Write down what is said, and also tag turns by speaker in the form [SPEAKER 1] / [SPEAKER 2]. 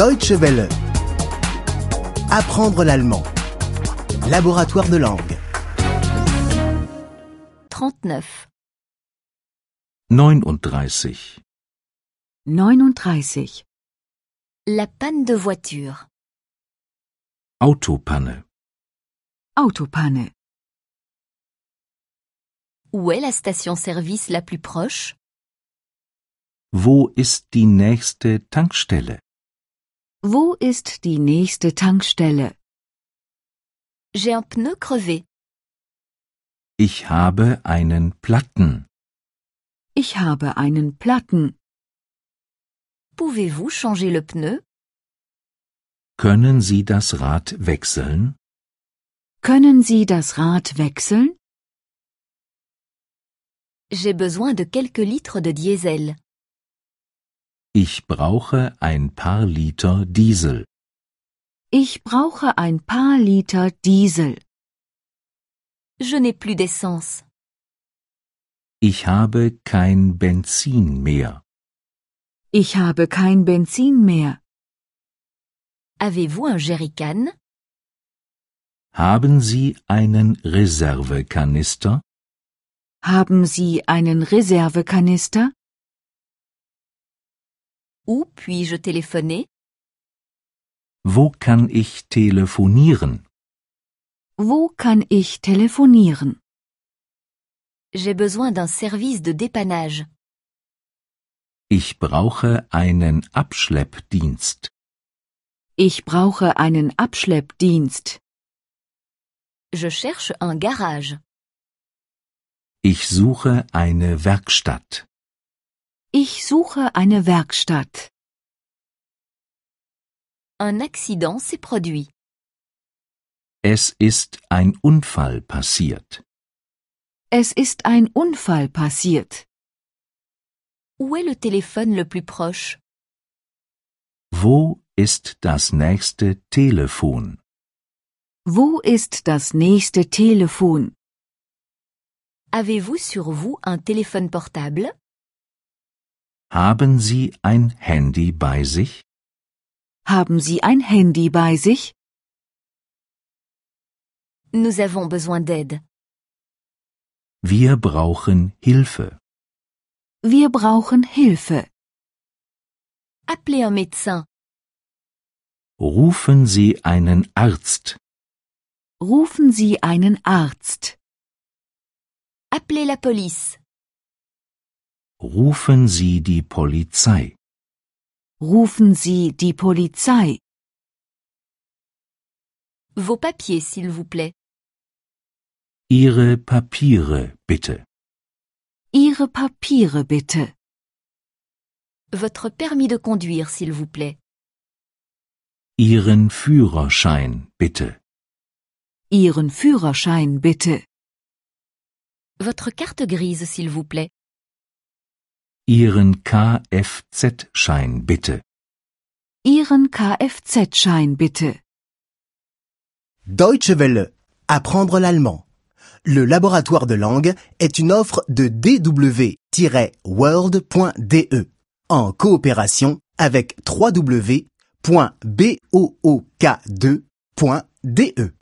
[SPEAKER 1] Deutsche Welle. Apprendre l'allemand. Laboratoire de langue.
[SPEAKER 2] 39.
[SPEAKER 3] 39.
[SPEAKER 4] 39.
[SPEAKER 2] La panne de voiture.
[SPEAKER 3] Autopanne.
[SPEAKER 4] Autopanne.
[SPEAKER 2] Où est la station-service la plus proche
[SPEAKER 3] Wo ist die nächste Tankstelle?
[SPEAKER 4] Wo ist die nächste Tankstelle?
[SPEAKER 2] J'ai un pneu crevé.
[SPEAKER 3] Ich habe einen Platten.
[SPEAKER 4] Ich habe einen Platten.
[SPEAKER 2] Pouvez-vous changer le pneu
[SPEAKER 3] Können Sie das Rad wechseln?
[SPEAKER 4] Können Sie das Rad wechseln?
[SPEAKER 2] J'ai besoin de quelques litres de diesel.
[SPEAKER 3] Ich brauche ein paar Liter Diesel.
[SPEAKER 4] Ich brauche ein paar Liter Diesel.
[SPEAKER 2] Je n'ai plus d'essence.
[SPEAKER 3] Ich habe kein Benzin mehr.
[SPEAKER 4] Ich habe kein Benzin mehr.
[SPEAKER 2] Avez-vous un jerrycan
[SPEAKER 3] Haben Sie einen Reservekanister?
[SPEAKER 4] Haben Sie einen Reservekanister?
[SPEAKER 2] Où puis-je téléphoner
[SPEAKER 3] Wo kann ich telefonieren?
[SPEAKER 4] Wo kann ich telefonieren?
[SPEAKER 2] J'ai besoin d'un service de dépannage.
[SPEAKER 3] Ich brauche einen Abschleppdienst.
[SPEAKER 4] Ich brauche einen Abschleppdienst.
[SPEAKER 2] Je cherche un garage.
[SPEAKER 3] Ich suche eine Werkstatt.
[SPEAKER 4] Ich suche eine Werkstatt.
[SPEAKER 2] Un accident s'est produit.
[SPEAKER 3] Es ist ein Unfall passiert.
[SPEAKER 4] Es ist ein Unfall passiert.
[SPEAKER 2] Où est le téléphone le plus proche
[SPEAKER 3] Wo ist das nächste Telefon?
[SPEAKER 4] Wo ist das nächste Telefon?
[SPEAKER 2] Avez-vous sur vous un téléphone portable
[SPEAKER 3] Haben Sie ein Handy bei sich?
[SPEAKER 4] Haben Sie ein Handy bei sich?
[SPEAKER 2] Nous avons besoin d'aide.
[SPEAKER 3] Wir brauchen Hilfe.
[SPEAKER 4] Wir brauchen Hilfe.
[SPEAKER 2] Appelez un médecin.
[SPEAKER 3] Rufen Sie einen Arzt.
[SPEAKER 4] Rufen Sie einen Arzt.
[SPEAKER 2] Appelez la police.
[SPEAKER 3] Rufen Sie die Polizei.
[SPEAKER 4] Rufen Sie die Polizei.
[SPEAKER 2] Vos papiers, s'il vous plaît.
[SPEAKER 3] Ihre Papiere bitte.
[SPEAKER 4] Ihre Papiere bitte.
[SPEAKER 2] Votre permis de conduire, s'il vous plaît.
[SPEAKER 3] Ihren Führerschein bitte.
[SPEAKER 4] Ihren Führerschein bitte.
[SPEAKER 2] Votre carte grise, s'il vous plaît.
[SPEAKER 3] Ihren Kfz-Schein bitte.
[SPEAKER 4] Ihren Kfz-Schein bitte.
[SPEAKER 1] Deutsche Welle. Apprendre l'allemand. Le laboratoire de langue est une offre de dw-world.de E en coopération avec www.book2.de.